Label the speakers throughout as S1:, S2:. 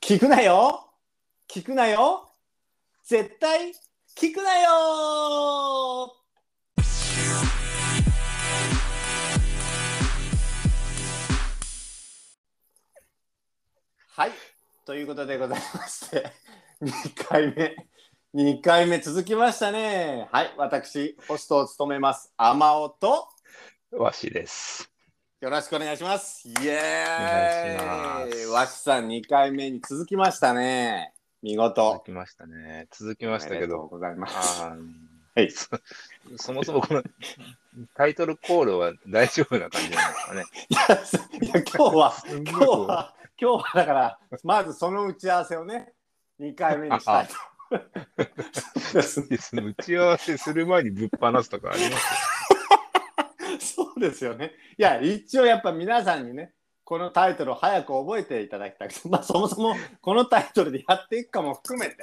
S1: 聞くなよ聞くなよ絶対聞くなよはいということでございまして2回目2回目続きましたねはい私ホストを務めますあまおと
S2: わしです。
S1: よろしくお願いします。イ
S2: お願
S1: エ
S2: い
S1: ー
S2: し
S1: イ。
S2: ます
S1: わしさん二回目に続きましたね。見事
S2: 続。きましたね。続きました
S1: あ
S2: け
S1: りがとう
S2: ど、
S1: ございます。
S2: あー
S1: はい
S2: そ そもそもこのタイトルコールは大丈夫な感じなんですかね。
S1: いやすい や今日は
S2: すんごい
S1: 今日
S2: こう
S1: は今日はだからまずその打ち合わせをね二回目にしたい と。です
S2: その打ち合わせする前にぶっ放すとかあります
S1: そうですよね。いや一応やっぱ皆さんにねこのタイトルを早く覚えていただきたくて、まあそもそもこのタイトルでやっていくかも含めて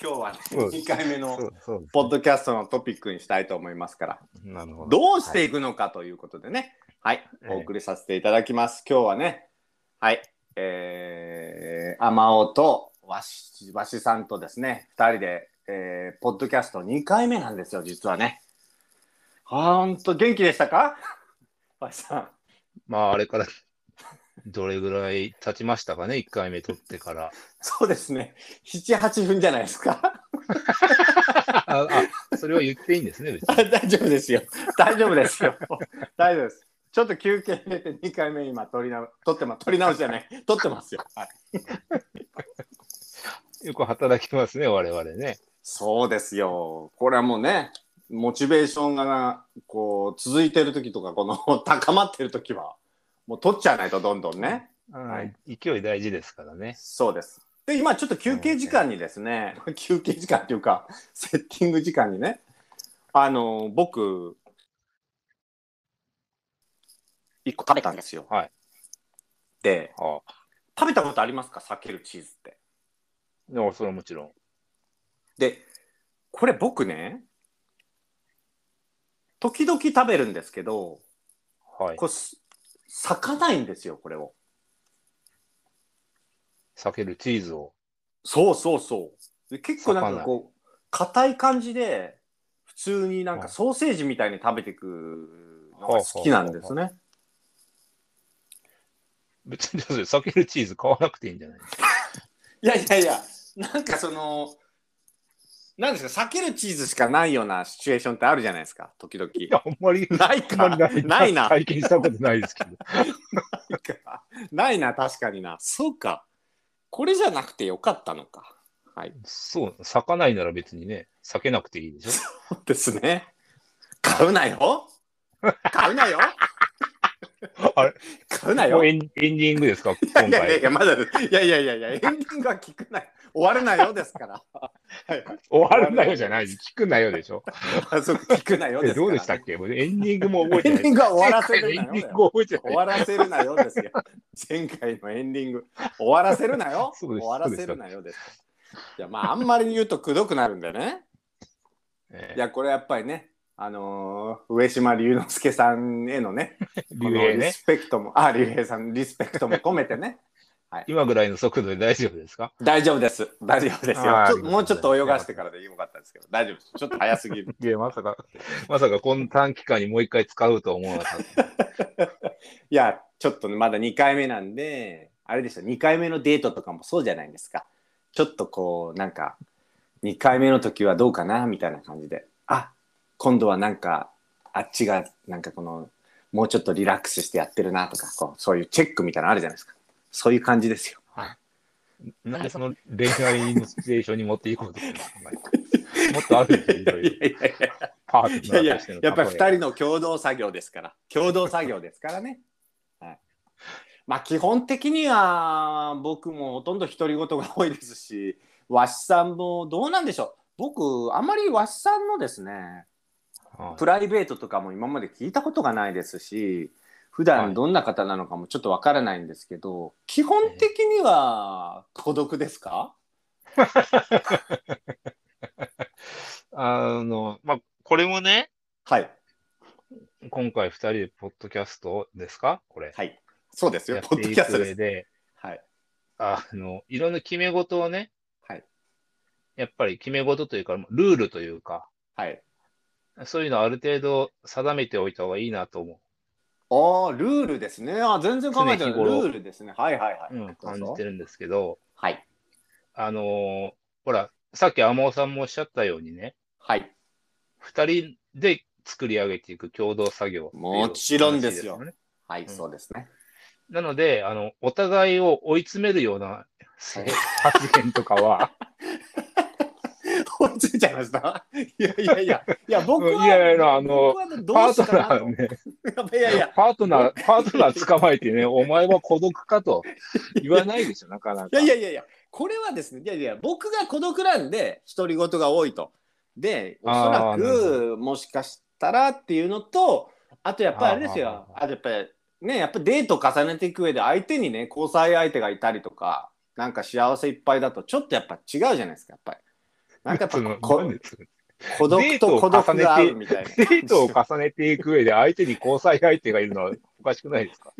S1: 今日はね
S2: そうです
S1: 二回目の。
S2: そうそう
S1: ポッドキャストのトピックにしたいと思いますから、
S2: なるほど。
S1: どうしていくのかということでね、はい、
S2: はい
S1: お送りさせていただきます。今日はね、はい、えー、あまおとわし、わしさんとですね、二人で、えー、ポッドキャスト2回目なんですよ、実はね。ほんと、元気でしたかわしさん。
S2: まあ、あれからどれぐらい経ちましたかね、1回目撮ってから。
S1: そうですね、7、8分じゃないですか。
S2: ああ、それは言っていいんですね、別に。
S1: 大丈夫ですよ。大丈夫ですよ。大丈夫です。ちょっと休憩入れて2回目今取りな取ってま取り直しじゃない取ってますよ。はい、
S2: よく働きますね、我々ね。
S1: そうですよ。これはもうねモチベーションがこう続いてる時とかこの高まってる時はもう取っちゃわないとどんどんね。
S2: はい、勢い大事ですからね。
S1: そうです。で今ちょっと休憩時間にですね、 休憩時間っていうかセッティング時間にねあの僕一個食べたんですよ。
S2: はい。
S1: で
S2: あ
S1: 食べたことありますか避けるチーズって。
S2: でも、それはもちろん。
S1: でこれ僕ね時々食べるんですけど
S2: はい。
S1: これす裂かないんですよこれを。
S2: 避けるチーズを。
S1: そうそうそう。で結構なんか
S2: 裂かない
S1: こう硬い感じで普通になん
S2: は
S1: か
S2: い
S1: ソーセージみたいに食べていくのが好きなんですね。
S2: 別に、それ避けるチーズ買わなくていいんじゃない
S1: いやいやいやなんかそのなんですか避けるチーズしかないようなシチュエーションってあるじゃないですか時々。
S2: いや、あんまり、
S1: ない
S2: あんま
S1: か
S2: りない
S1: ないな。
S2: 体験したことないですけど。
S1: かないな確かになそうかこれじゃなくてよかったのかはい
S2: そう、咲かないなら別にね、避けなくていいでしょ。
S1: ですね買うなよ買うなよ
S2: あれ
S1: 買うな
S2: も
S1: よ
S2: う
S1: い
S2: エンエンディングですか、今
S1: やいやい
S2: 回。
S1: やまだですいやいやいやいやエンディングは聞くなよ終わるなよですからはい
S2: 終わるなよじゃない、聞くなよでしょ。
S1: あそう聞くなよで
S2: え
S1: すから
S2: どうでしたっけもうエンディングも覚え
S1: エ
S2: て
S1: ン
S2: な
S1: ディ
S2: い。
S1: ングは終わらせ
S2: 前
S1: るな
S2: 回
S1: よだ
S2: のエンディン
S1: よ
S2: グ 覚えて
S1: 終
S2: ない。
S1: わらせるなよですよ。前回のエンディング、終わらせるなよ。
S2: そう
S1: 終
S2: です
S1: わらせるなよです。いや、まあ、あんまり言うとくどくなるんでね。
S2: え
S1: いや、これやっぱりね、あのー上島竜之介さんへのね、
S2: え
S1: こ
S2: 竜
S1: の
S2: 兵
S1: リ
S2: ね。
S1: スペクトも、あ、竜兵さん、リスペクトも込めて ね。
S2: 今ぐらいの速度で大丈夫ですか
S1: 大丈夫です。大丈夫ですよ
S2: あー。
S1: ち
S2: あり
S1: ょ
S2: がとうございます
S1: もうちょっと泳がしてからでよかったですけど、大丈夫です。ちょっと早すぎる。
S2: いや、まさか、まさかこの短期間にもう一回使うとは思わなかった。
S1: いや、ちょっとねまだ2回目なんで、あれでした、2回目のデートとかもそうじゃないですか。ちょっとこう、なんか、2回目の時はどうかなみたいな感じで、あ今度はなんか、あっちが、なんかこの、もうちょっとリラックスしてやってるなとか、こうそういうチェックみたいなのあるじゃないですか。そういう感じですよ。
S2: なんでその恋愛のシチュエーションに持っていこうとするんですかもっとあるでしょ、いろいろ。
S1: いやいや
S2: パート
S1: い
S2: ナ
S1: やい
S2: ー
S1: や
S2: としての
S1: やっぱり
S2: 例え
S1: 2人の共同作業ですから共同作業ですからね、 はい、まあ基本的には僕もほとんど独り言が多いですしわしさんもどうなんでしょう僕あまりわしさんのですね
S2: はい
S1: プライベートとかも今まで聞いたことがないですし普
S2: は
S1: 段
S2: い
S1: どんな方なのかもちょっとわからないんですけど、基本的には孤独ですか、
S2: あの、まあ、これもね、
S1: はい
S2: 今回2人でポッドキャストですかこれ。
S1: はいそうです
S2: や
S1: よ
S2: っ
S1: ポッ
S2: て
S1: ド
S2: い
S1: キャ
S2: く
S1: ストで
S2: 上
S1: す
S2: で、
S1: はい
S2: あの、いろんな決め事をね、
S1: はい。
S2: やっぱり決め事というか、ルールというか、
S1: はい。
S2: そういうのをある程度定めておいた方がいいなと思
S1: ああ、ルールですね。あー全然考えてない。
S2: 常日
S1: ル
S2: 頃
S1: ールですね。はいはいは
S2: う、
S1: い。
S2: うん、感じ
S1: どう
S2: て
S1: ぞ
S2: るんですけど、
S1: はい。
S2: あのーほら、さっき天尾さんもおっしゃったようにね、
S1: はい。
S2: 二人で作り上げていく共同作業っていう
S1: もちろんですよ
S2: 話ね
S1: はい、
S2: ん
S1: そうですね。
S2: なので、あの、お互いを追い詰めるようなせ発言とかは、
S1: 追いついちゃいました。いやいやいや、いや、僕は、
S2: いやいやいやあの
S1: 僕は ど
S2: パ
S1: うし
S2: ート
S1: た
S2: ナ
S1: かな
S2: ー
S1: と。
S2: ね、
S1: いやいや、
S2: パートナー、パートナー捕まえてね、お前は孤独かと言わないでしょ、なかなか。
S1: いやいやいやいや、これはですね、いやいや、僕が孤独なんで、独り言が多いと。で、おそ
S2: あ
S1: ら
S2: ーな
S1: く、
S2: る
S1: もしかしたらっていうのと、あとやっぱりあれです
S2: あーあ
S1: よ、あとやっぱりね、やっぱデート重ねていく上で、相手にね、交際相手がいたりとか、なんか幸せいっぱいだと、ちょっとやっぱ違うじゃないですか、やっぱり。なんかやっぱ
S2: その
S1: こ
S2: なんでその
S1: 孤独と孤独が合
S2: デートを重ねて
S1: うみたいな。
S2: デートを重ねていく上で相手に交際相手がいるのはおかしくないですか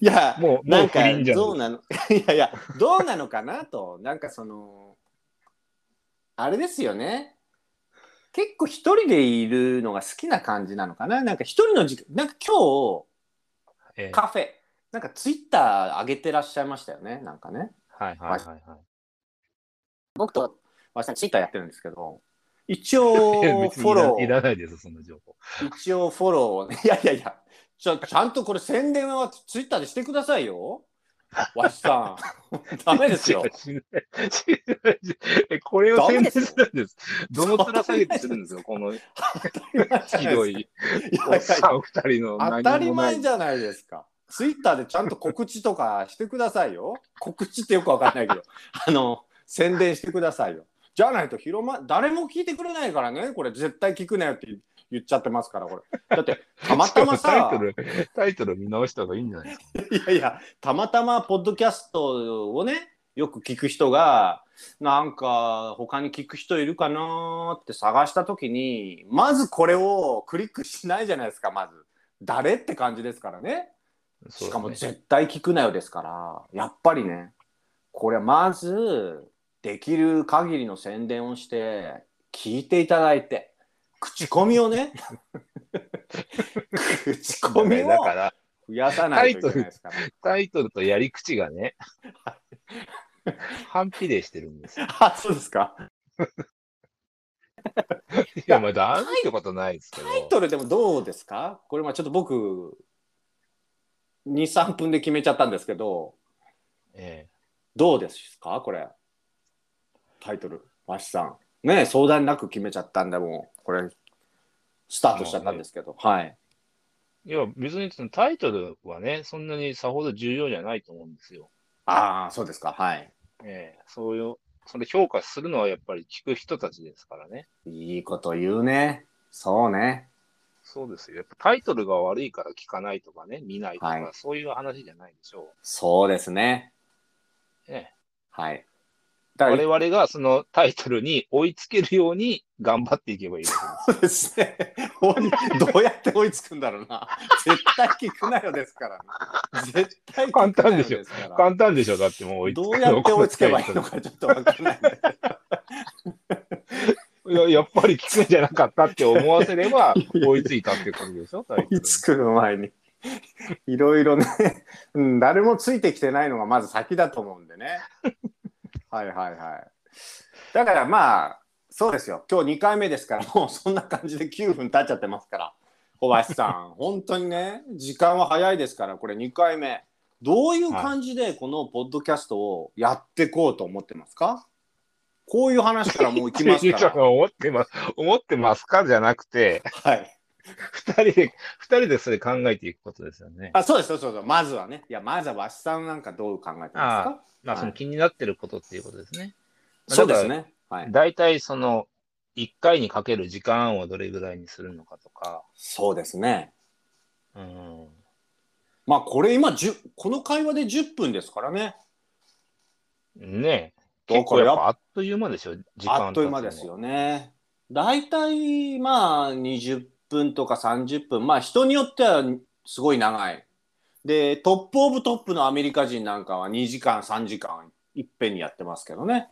S1: いや、
S2: もう、も
S1: な
S2: うん不
S1: か
S2: 倫じゃん。
S1: どうなの いやいやどうなのかなとなんかそのあれですよね結構一人でいるのが好きな感じなのかななんか一人の時間なんか今
S2: ええ
S1: 日カフェなんかツイッター上げてらっしゃいましたよねなんかね
S2: はいはいはいはい。
S1: 僕と私ツイッターやってるんですけど一応
S2: いや 別に
S1: フォロ
S2: い
S1: ー
S2: らいらないです、その情報。
S1: 一応フォローをねいやいやいやちょちゃんとこれ宣伝はツイッターでしてくださいよわしさんダメですよ
S2: いや。しないしないえこれを宣伝するんです。どの面下げてするんですよ、このひどいおっさんお二人の
S1: 当
S2: 何
S1: たり
S2: にもない
S1: 前じゃないですか。ツイッターでちゃんと告知とかしてくださいよ。告知ってよくわかんないけど、あの宣伝してくださいよ。じゃないと広ま誰も聞いてくれないからね。これ絶対聞くなよって言っちゃってますからこれ。だってたまたま
S2: タイ
S1: さ
S2: ト、ル、タイトル見直した方がいいんじゃないですか。
S1: いやいやたまたまポッドキャストをねよく聞く人がなんか他に聞く人いるかなーって探した時にまずこれをクリックしないじゃないですかまず誰って感じですからね。しかも
S2: そうですね
S1: 絶対聞くなよですから、やっぱりね、これはまず、できる限りの宣伝をして、聞いていただいて、口コミを ね、口コミを
S2: だから、
S1: 増やさないといけないですから。
S2: タイトルとやり口がね、反比例してるんですよ。
S1: あ、そうですか。
S2: いや、まあ、ダメってことないですけど。
S1: タイトルでもどうですかこれ、まあちょっと僕、2、3分で決めちゃったんですけど、
S2: ええ
S1: どうですかこれ。タイトル。わしさん。ねえ相談なく決めちゃったんだもん。これ、スタートしちゃったんですけど。はい。
S2: いや、別にそのタイトルはね、そんなにさほど重要じゃないと思うんですよ。
S1: ああ、そうですか。はい。
S2: ええそういう、それ評価するのはやっぱり聞く人たちですからね。
S1: いいこと言うね。そうね。
S2: そうですよ。やっぱタイトルが悪いから聞かないとかね、見ないとか、
S1: はい
S2: そういう話じゃないでしょ
S1: そうですね。
S2: ええ
S1: はい。
S2: う。
S1: だか
S2: 我
S1: ら、
S2: 々がそのタイトルに追いつけるように頑張っていけばいいわけです。
S1: そうですね。追い どうやって追いつくんだろうな。絶対聞くなよですから、ね。絶対聞くなよ
S2: 簡単でしょ
S1: すから
S2: 簡単でしょだってもう追いつ
S1: ど
S2: くの
S1: うやって追いつけばいいのかちょっとわかんないんで。
S2: いや、やっぱり聞くんじゃなかったって思わせれば、追いついたってことでしょタイト
S1: 追いつく前に いろいろね、 うん、誰もついてきてないのがまず先だと思うんで ねはいはいはいだからまあそうですよ今日2回目ですからもうそんな感じで9分経っちゃってますから小林さ ん本当にね時間は早いですからこれ2回目どういう感じでこのポッドキャストをやってこうと思ってますかこういう話から もういき
S2: ル。
S1: ますから
S2: 思ってます、思ってますかじゃなくて、
S1: はい
S2: 二人で、二人でそれ考えていくことですよね。
S1: あそうですそうですそうですまずはねいやまずはわしさんなんかどう考えてます
S2: あ
S1: か
S2: まあ、そ
S1: は
S2: の
S1: い
S2: 気になってることっていうことですね。
S1: そうです。ね。はい。
S2: 大体その、一回にかける時間をどれぐらいにするのかとか、
S1: そうですね。
S2: うん。
S1: まあこれ今10この会話で10分ですからね。
S2: ねえ。
S1: だ
S2: 結
S1: か
S2: 構
S1: ら
S2: や
S1: や
S2: っ
S1: っぱ
S2: ぱあっという間でしょ時間
S1: あっという間です。よね。だいたいまあ20分とか30分まあ人によってはすごい長いでトップオブトップのアメリカ人なんかは2時間3時間いっぺんにやってますけどね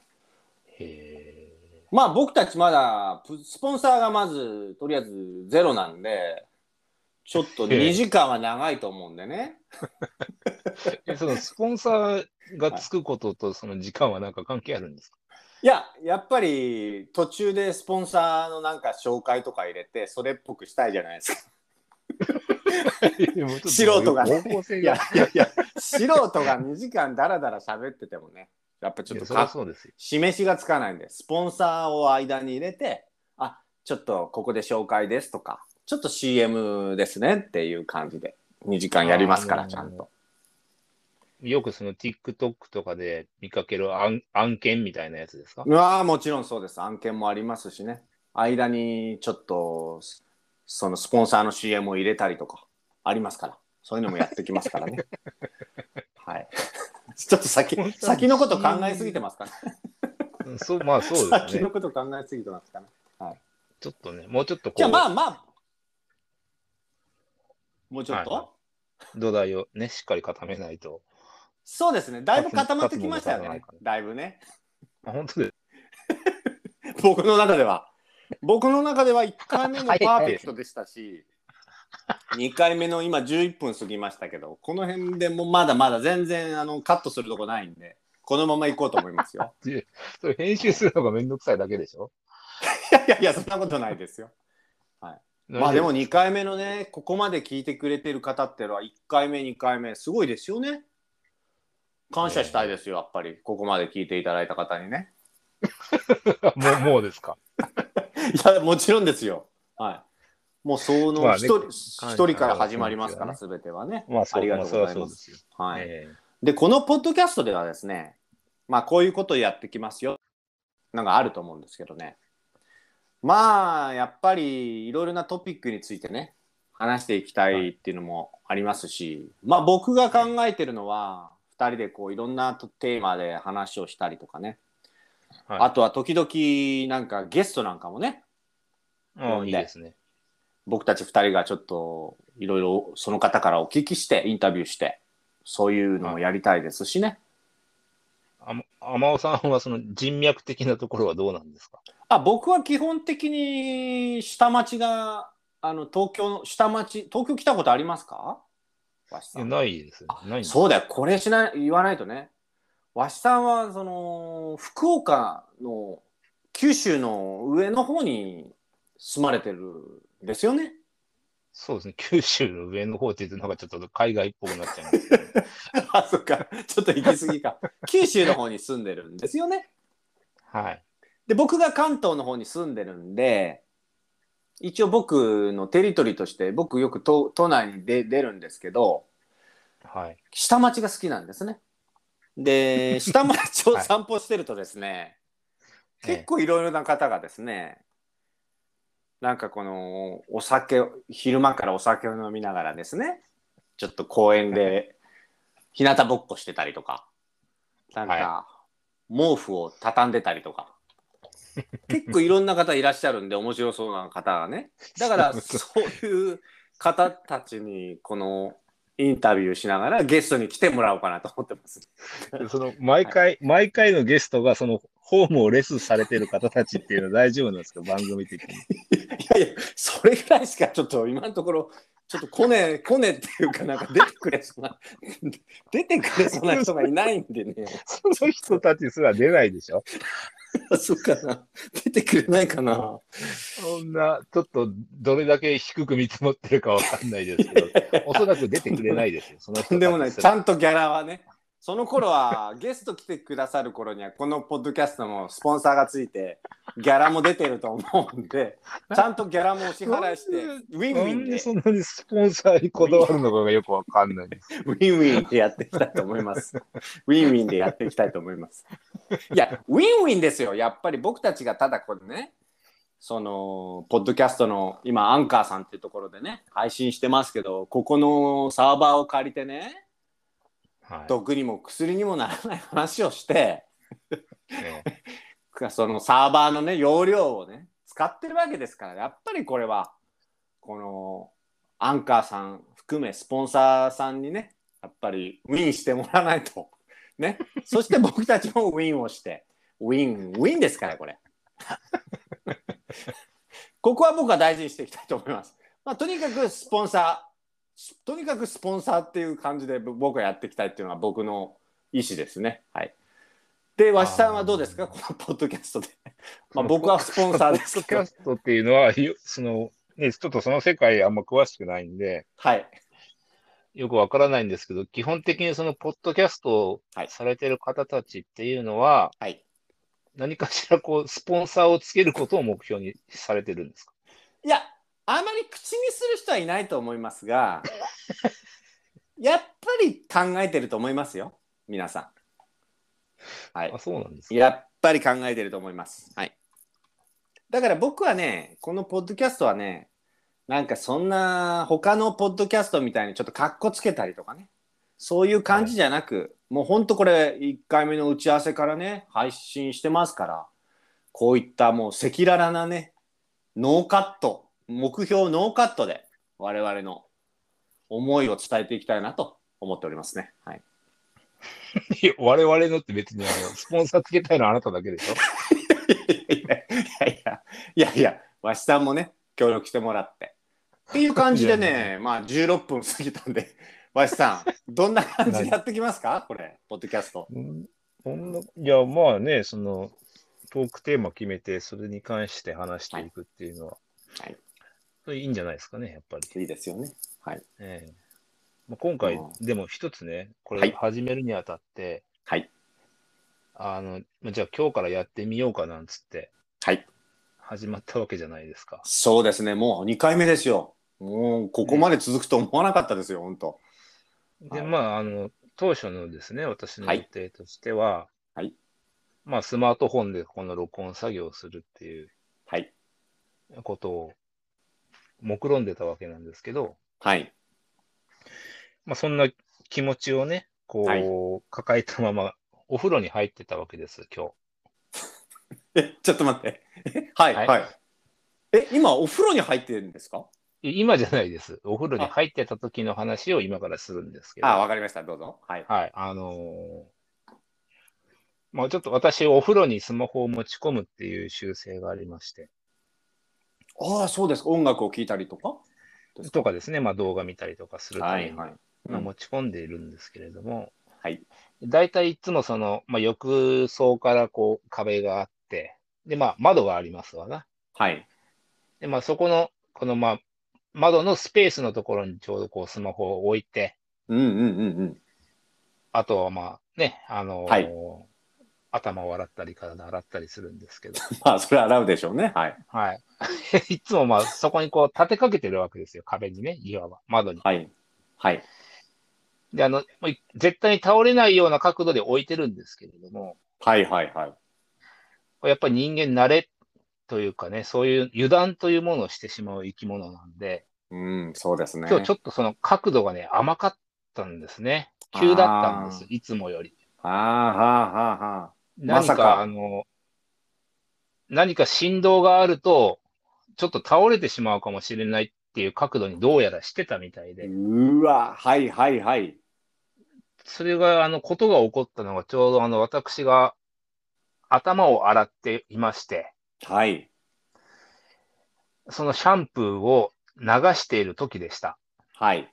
S2: へえ。
S1: まあ僕たちまだプスポンサーがまずとりあえずゼロなんでちょっと
S2: ええ
S1: 2時間は長いと思うんでね
S2: えそのスポンサーがつくこととその時間はなんか関係あるんですか
S1: いややっぱり途中でスポンサーのなんか紹介とか入れてそれっぽくしたいじゃないです か素人がね
S2: 方向性
S1: い
S2: が
S1: や。いやいや、素人が2時間ダラダラ喋っててもね、やっぱちょっと
S2: そりゃ
S1: か
S2: そうですよ。
S1: 示しがつかないんで、スポンサーを間に入れて、あちょっとここで紹介ですとか、ちょっと CM ですねっていう感じで、2時間やりますか
S2: あ
S1: ら、
S2: ー
S1: ちゃんと。
S2: よくその TikTok とかで見かける案案件みたいなやつですか
S1: うわーもちろんそうです。案件もありますしね。間にちょっと、そのスポンサーの CM を入れたりとか、ありますから。そういうのもやってきますから ね。はい。 ちょっと先、先のこと考えすぎてますかね
S2: うんそう、まあそうで
S1: 先
S2: すね
S1: の。こと考えすぎてますかね。
S2: ちょっとね、もうちょっとこう、
S1: じゃあまあまあ、もうちょっと、
S2: は土台をね、しっかり固めないと。
S1: そうですね、だいぶ固まってきましたよ
S2: 立つも
S1: ね
S2: の立たないか、
S1: だいぶね。
S2: あ本当で
S1: 僕の中では。僕の中では1回目のパーフェクトでしたし、2回目の今11分過ぎましたけど、この辺でもまだまだ全然あのカットするとこないんで、このまま行こうと思いますよ。
S2: す。それ編集するのがめんどくさいだけでしょ
S1: いやいやいや、そんなことないですよ。まあでも2回目のね、ここまで聞いてくれてる方っていうのは、1回目、2回目、すごいですよね。感謝したいですよ、やっぱり、ここまで聞いていただいた方にね。
S2: もう、もうですか。
S1: いや、もちろんですよ。はい。もう、そ
S2: まあ
S1: の
S2: ね
S1: 一人、
S2: 感謝
S1: 一人から始まりますから、
S2: の
S1: すべてはね。
S2: まあそ
S1: あ
S2: う
S1: りがとうござい
S2: まあそりゃそ
S1: ま。
S2: うですすよ。
S1: はい。
S2: え
S1: で、このポッドキャストではですね、まあ、こういうことをやってきますよ、なんかあると思うんですけどね。まあ、やっぱりいろいろなトピックについてね、話していきたいっていうのもありますし、まあ、僕が考えてるのは、2人でこういろんなテーマで話をしたりとかね、
S2: え
S1: あとは時々なんかゲストなんかもね、
S2: はい、うんいいですね。
S1: 僕たち2人がちょっといろいろその方からお聞きして、インタビューして、そういうのもやりたいですしね。
S2: あま天尾さんはその人脈的なところはどうなんですか
S1: あ僕は基本的に下町があの東京の下町東京来たことありますかわし
S2: い
S1: さ
S2: や
S1: ん
S2: ないですね。ないんです
S1: そうだよこれしない言わないとねわしさんはその福岡の九州の上の方に住まれてるんですよね
S2: そうですね。九州の上の方って言うとなんかちょっと海外っぽくなっちゃうんですけど、
S1: あそっかちょっと行き過ぎか九州の方に住んでるんですよね
S2: はい。
S1: で僕が関東の方に住んでるんで一応僕のテリトリーとして僕よく都都内に出出るんですけど
S2: はい。
S1: 下町が好きなんですね。 で下町を散歩してるとですね、
S2: はい
S1: 結構いろいろな方がですねなんかこのお酒を昼間からお酒を飲みながらですねちょっと公園 で日向ぼっこしてたりとかなんか毛布を畳んでたりとか。結構いろんな方いらっしゃるんで面白そうな方が ねだからそういう方たちにこのインタビューしながらゲストに来てもらおうかなと思ってます。
S2: その毎回、毎回のゲストがそのホームをレスされてる方たちっていうのは大丈夫なんですか番組的 に。
S1: いやいや、それぐらいしかちょっと今のところ、ちょっと来 ねえ、来ねえっていうかなんか出てくれそうな、 出てくれそうな人がいないんでね。
S2: その人たちすら出ないでしょ
S1: あそうかな。出てくれないかな。
S2: そんな、ちょっとどれだけ低く見積もってるかわかんないです けど、おそらく出てくれないですよ。その人たち
S1: とんでもない。
S2: す
S1: ちゃ
S2: ら
S1: んとギャラはね。その頃はゲスト来てくださる頃にはこのポッドキャストもスポンサーがついてギャラも出てると思うんでちゃんとギャラもお支払いしてウィンウ
S2: な
S1: ィ
S2: ん
S1: ンで
S2: でそんなにスポンサーにこだわるのかがよくわかんないです。
S1: ウィンウィンでやっていきたいと思います。ウィンウィンでやっていきたいと思います。いや、ウィンウィンですよ。やっぱり僕たちがただこれね、その、ポッドキャストの今、アンカーさんっていうところでね、配信してますけど、ここのサーバーを借りてね、
S2: はい
S1: 毒にも薬にもならない話をして、
S2: ええ
S1: そのサーバーのね、容量をね、使ってるわけですから、やっぱりこれは、この、アンカーさん含め、スポンサーさんにね、やっぱりウィンしてもらわないと。ね。そして僕たちもウィンをして。ウィン、ウィンですから、これ。ここは僕は大事にしていきたいと思います。まあ、とにかくスポンサー、とにかくスポンサーっていう感じでぼ僕はやっていきたいっていうのは僕の意思ですね。はい。で、わしさんはどうですかこのポッドキャス トで。まあ、僕はスポンサーです
S2: ポッド
S1: け
S2: キ
S1: ど
S2: ャ。ストっていうのは、よその、ね、ちょっとその世界あんま詳しくないんで、
S1: はい。
S2: よくわからないんですけど、基本的にそのポッドキャストを
S1: はい
S2: されてる方たちっていうのは、
S1: はい。
S2: 何かしらこう、スポンサーをつけることを目標にされてるんですか
S1: いや、あまり口にする人はいないと思いますが、やっぱり考えてると思いますよ、皆さん。はい
S2: あ、。そうなんですか
S1: やっぱり考えてると思います。はい。だから僕はね、このポッドキャストはね、なんかそんな他のポッドキャストみたいにちょっとカッコつけたりとかね、そういう感じじゃなく、もうほんとこれ1回目の打ち合わせからね、配信してますから、こういったもう赤裸々なね、ノーカット、目標ノーカットで我々の思いを伝えていきたいなと思っておりますね。はい。
S2: いや我々のって別にあの、スポンサーつけたいのはあなただけでしょ
S1: いやいやいやいやわしさんもね協力してもらってっていう感じで
S2: いや
S1: ねまあ16分過ぎたんでわしさんどんな感じでやってきますかこれポッドキャスト
S2: うんそんな、いや、まあね、その、トークテーマ決めて、それに関して話していくっていうのは、
S1: はい
S2: それいいんじゃないですかね、やっぱり。
S1: いいですよねはい
S2: ええまあ、今回
S1: うん、
S2: でも一つね、こ
S1: は
S2: れ
S1: い
S2: 始めるにあたって、
S1: はい
S2: あの、まあじゃあ今日からやってみようかなんつって
S1: はい
S2: 始まったわけじゃないですか。
S1: そうですねもう2回目ですよもうここまで続くと思わなかったですよ本当は
S2: で、
S1: い
S2: まあ、あの、当初のですね、私の
S1: はい
S2: 予定としては、
S1: はい
S2: まあ、スマートフォンでこの録音作業をするっていう
S1: はい
S2: ことを目論んでたわけなんですけど、
S1: はい
S2: まあ、そんな気持ちをね、こう、
S1: はい
S2: 抱えたまま、お風呂に入ってたわけです、今日。
S1: えちょっと待ってえはい
S2: は
S1: はいい、え今お風呂に入ってるんですか
S2: い今じゃないです。お風呂に
S1: あ
S2: 入ってた時の話を今からするんですけど。
S1: あわかりましたどうぞはい
S2: はい。あのーまあちょっと私、お風呂にスマホを持ち込むっていう習性がありまして。
S1: ああそうですか音楽を聴いたりとかです
S2: とかですね、まあ動画見たりとかするために、
S1: い
S2: まあ持ち込んでいるんですけれども、
S1: はい。
S2: 大体いつもその、まあ浴槽からこう壁があって、で、まあ窓がありますわな。
S1: はい
S2: で、まあそこの、このまあ窓のスペースのところにちょうどこうスマホを置いて、
S1: うんうんうんうん。
S2: あとはまあね、あのー
S1: はい頭
S2: 頭を洗ったり体洗ったりするんですけど、
S1: まあ、それは洗うでしょうね。はい。
S2: はい。 いつもまあそこにこう立てかけてるわけですよ、壁にね、いわば、窓に。
S1: はい。はい。
S2: で、あの、もう絶対に倒れないような角度で置いてるんですけれども、
S1: はいはいはい。
S2: やっぱり人間慣れというかね、そういう油断というものをしてしまう生き物なんで、
S1: うん、そうですね。
S2: 今日ちょ
S1: っ
S2: っとその角度がね、甘かったんですね。急だったんです
S1: あ、
S2: いつもより。
S1: と。ああ、はあはあはあ。ま
S2: 何
S1: さ
S2: か、
S1: か
S2: あの、何か振動があると、ちょっと倒れてしまうかもしれないっていう角度にどうやらしてたみたいで、
S1: うわ、はいはいはい。
S2: それが、あの、ことが起こったのが、ちょうどあの、私が頭を洗っていまして、
S1: はい。
S2: そのシャンプーを流している時でした。
S1: はい。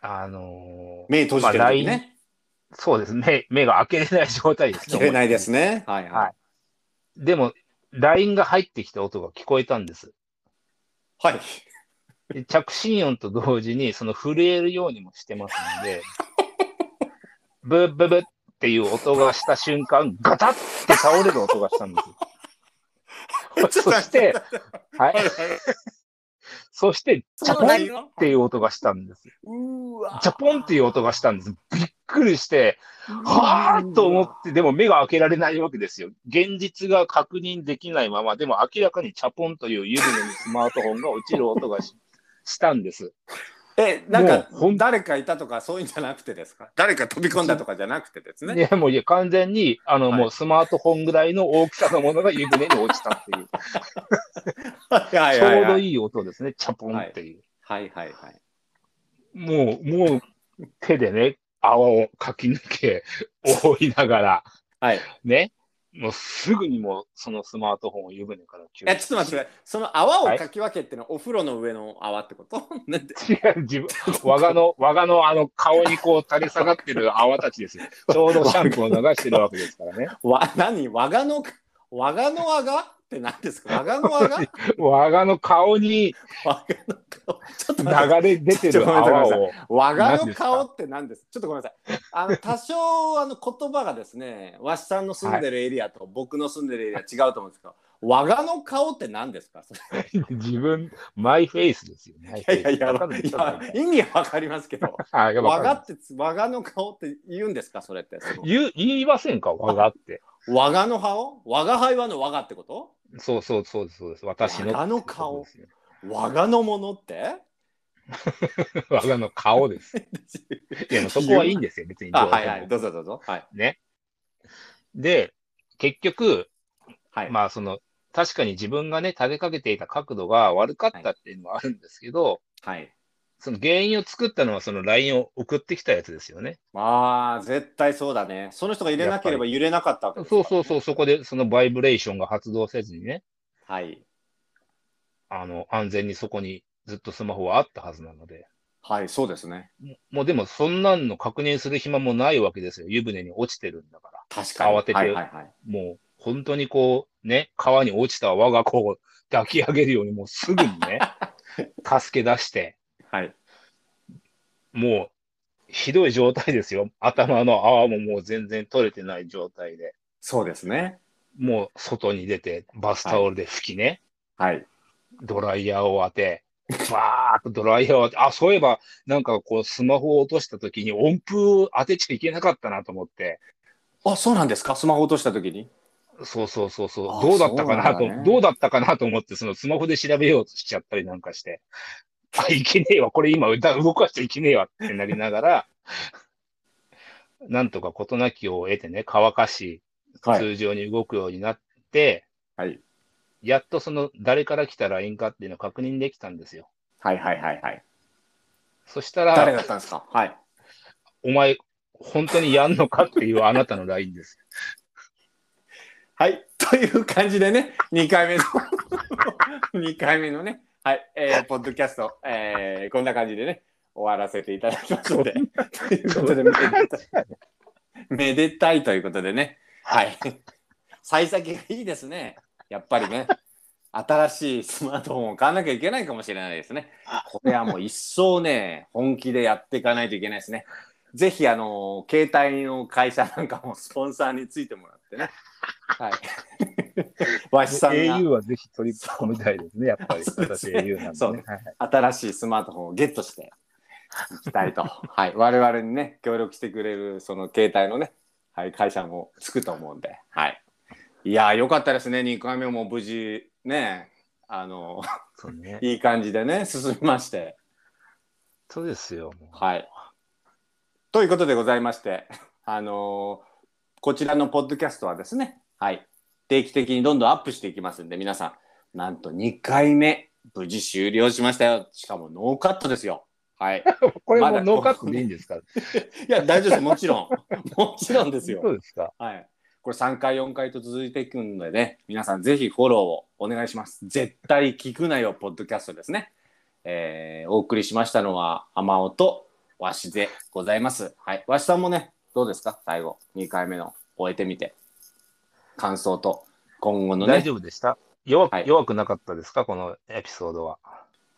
S2: あのー
S1: 目閉じてる
S2: まあ
S1: 時ね。
S2: そうですね。目が開けれない状態ですね。
S1: 切れないですね。はい
S2: は
S1: はい
S2: でも、LINE が入ってきた音が聞こえたんです。
S1: い。 はい。
S2: で着信音と同時に、その震えるようにもしてますので、ブッブブっていう音がした瞬間、ガタッて倒れる音がしたんです よ。そして、はい、そして、チ
S1: そ
S2: ャポ
S1: う
S2: ン
S1: な
S2: っ
S1: んよ
S2: ていう音がしたんです。
S1: うわ。
S2: チャポンっていう音がしたんです。びっくりして、はぁーと思って、でも目が開けられないわけですよ。現実が確認できないまま、でも明らかにチャポンという湯船にスマートフォンが落ちる音がししたんです。
S1: え、なんか
S2: もうほん、
S1: 誰かいたとか、そういうんじゃなくてですか誰か飛び込んだとかじゃなくてですね。
S2: いや、もういや、完全に、あの、
S1: はい
S2: もうスマートフォンぐらいの大きさのものが湯船に落ちたっていう、
S1: はいはい
S2: ちょう
S1: は
S2: ど
S1: い。
S2: いい音ですね、チャポンっていう。
S1: はいはいはい。
S2: もう、もう、手でね、泡をかき抜け、覆いながら、
S1: はい。い
S2: ね、もうすぐにもうそのスマートフォンを湯船から救
S1: や、ちょっと待ってください。その泡をかき分けってのはお風呂の上の泡ってこと なんで
S2: 違う、自分、我がの、我がのあの顔にこう垂れ下がってる泡たちで すよ。ちょうどシャンプーを流してるわけですからね。
S1: わ、何わがの、わがのわがって何ですかわがの わがわ
S2: 我がの顔に
S1: がの顔。ちょっと
S2: 流
S1: 待って
S2: れ出てる泡を。
S1: わが
S2: 何で
S1: の
S2: すか
S1: 顔って何ですちょっとごめんなさい。あ の、多少、あの、言葉がですね、わしさんの住んでるエリアと僕の住んでるエリア違うと思うんですけど、わがの顔って何ですかそれ
S2: 自分、マイフェイスですよね。
S1: いやいやいや、
S2: わかる
S1: いや意味はわかりますけど、
S2: あ、いや、
S1: わ
S2: わ
S1: が
S2: かる。
S1: って、わがの顔って言うんですかそれって。その
S2: 言う、言いませんか我がって。
S1: わがの顔わが輩はのわがってこと
S2: そうそうそうです、そうです。私の。
S1: 我がの顔
S2: そうですよ。
S1: わがのものって
S2: 我がの顔です。いや、そこはいいんですよ、別に。
S1: あ、はいはい、どうぞどうぞ。はい。
S2: で、結局、
S1: はい。
S2: まあその、確かに自分がね、立てかけていた角度が悪かったっていうのはあるんですけど、
S1: はい。
S2: その原因を作ったのはその LINE を送ってきたやつですよね。
S1: まあ、絶対そうだね。その人が入れなければ揺れなかったわけですか
S2: そ
S1: ら
S2: うそうそう、そこでそのバイブレーションが発動せずにね、
S1: はい。
S2: あの、安全にそこにずっとスマホはあったはずなので、
S1: はい、そうですね。
S2: ももうでもそんなんの確認する暇もないわけですよ。湯船に落ちてるんだから。
S1: 確かに。
S2: 慌てて
S1: はいはいはい。
S2: もう本当にこう、ね、川に落ちた我が子を抱き上げるようにもうすぐに ね、助け出して、
S1: はい。
S2: もう、ひどい状態ですよ。頭の泡ももう全然取れてない状態で。
S1: そうですね。
S2: もう外に出て、バスタオルで拭きね、
S1: はい。
S2: ドライヤーを当て、バーっとドライヤーを当て、あ、そういえば、なんかこう、スマホを落とした時に音符を当てちゃいけなかったなと思って、
S1: あ、そうなんですかスマホ落とした時に。
S2: そうそうそうそ
S1: あ
S2: う、どうだったかな
S1: そ
S2: と、
S1: うなんだね
S2: どうだったかなと思って、そのスマホで調べようとしちゃったりなんか して、あ、いけねえわ、これ今歌動かしちゃいけねえわってなりながら、なんとか事なきを得てね、乾かし、
S1: はい。
S2: 通常に動くようになって、
S1: はい。
S2: やっとその誰から来た LINE かっていうのを確認できたんですよ。
S1: はいはいはいはい。
S2: そした
S1: 誰
S2: ら、
S1: だったんですかはい。
S2: お前、本当にやんのかっていうあなたの LINE です。
S1: はい。という感じでね、2回目の、2回目のね、はい、えーポッドキャスト、えーこんな感じでね、終わらせていただきますので、ということで、めでたい。めでたいということでね、はい。幸先がいいですね。やっぱりね、新しいスマートフォンを買わなきゃいけないかもしれないですね。これはもう一層ね、本気でやっていかないといけないですね。ぜひ、あの、携帯の会社なんかもスポンサーについてもらってね。はい。わしさんが
S2: au はぜひ取り込みたいですね、やっぱ り。
S1: そうです
S2: 私
S1: ね
S2: au なんで、ね。
S1: そう
S2: はいはい
S1: 新しいスマートフォンをゲットしていきたいと。はい。我々にね、協力してくれる、その携帯のね、はい、会社もつくと思うんで。はい。いやー、よかったですね。2回目も無事、ね、あの、
S2: そうね。
S1: いい感じでね、進みまして。
S2: そうですよ。もう
S1: はい。ということでございまして、 あのーこちらのポッドキャストはですね、はい、定期的にどんどんアップしていきますんで、皆さん、なんと2回目、無事終了しましたよ。しかもノーカットですよ。はい。
S2: これも
S1: まだ
S2: うノーカットでいい んですか
S1: いや、大丈夫です。もちろん。 もちろんです
S2: そ
S1: よ。
S2: うですか。
S1: はい。これ3回、4回と続いていくんでね、皆さんぜひフォローをお願いします。絶対聞くなよ、ポッドキャストですね。えーお送りしましたのは、あまおとわしでございます。はい。わしさんもね、どうですか最後、2回目の終えてみて。感想と、今後のね。
S2: 大丈夫でした弱,、
S1: はい
S2: 弱くなかったですかこのエピソードは。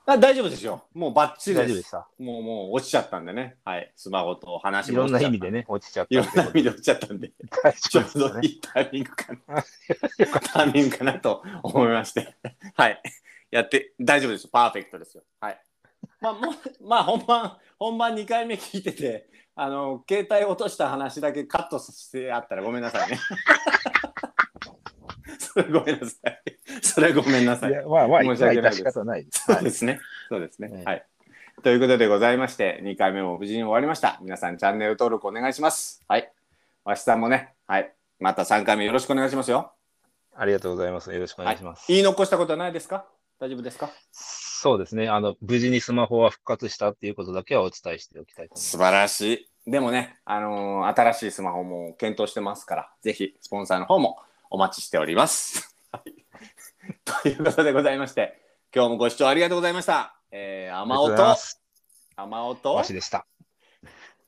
S1: あ大丈夫ですよ。もうバッチ
S2: 大
S1: リで
S2: 丈夫
S1: す。
S2: でした
S1: もう、もう落ちちゃったんでね。はい。スマホと話
S2: い
S1: も
S2: ろん
S1: 落
S2: な
S1: ちち
S2: 意
S1: ゃった
S2: 味で。ね、落ちちゃった。
S1: いろんな意味で落ちちゃったんで。
S2: 大
S1: ち
S2: 丈
S1: ょう
S2: 夫
S1: どい
S2: で
S1: いタイミングかな。タイミングかなと思いまして。 はい。やって、大丈夫です。パーフェクトですよ。はい。まあ、もうまあ、本番、本番2回目聞いてて、あの、携帯落とした話だけカットしてあったらごめんなさいね。 それごめんなさい。それごめんな
S2: す
S1: さ
S2: ね。
S1: い
S2: い。やまあまあ、
S1: 申し訳ないです
S2: 致し方ないです。
S1: そうですね。そうですね。
S2: ね
S1: はい。ということでございまして、2回目も無事に終わりました。皆さん、チャンネル登録お願いします。はい。わしさんもね、はい。また3回目よろしくお願いしますよ。
S2: ありがとうございます。よろしくお願いします。
S1: 言い残したことはないですか大丈夫ですか
S2: そそうですね。あの、無事にスマホは復活したっていうことだけはお伝えしておきたいと思います。
S1: 素晴らしい。でもね、あのー新しいスマホも検討してますから、ぜひスポンサーの方もお待ちしております。 はいということでございまして、今日もご視聴ありがとうございました。えー、
S2: あ
S1: 雨音、雨音
S2: わ、しでした。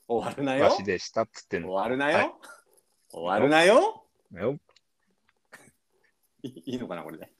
S1: 終わるな
S2: わ
S1: よ
S2: し。でしたっつってん
S1: 終
S2: の。
S1: わるなよ。
S2: はい
S1: 終わるなよ。
S2: よ
S1: いいいのかな、これで。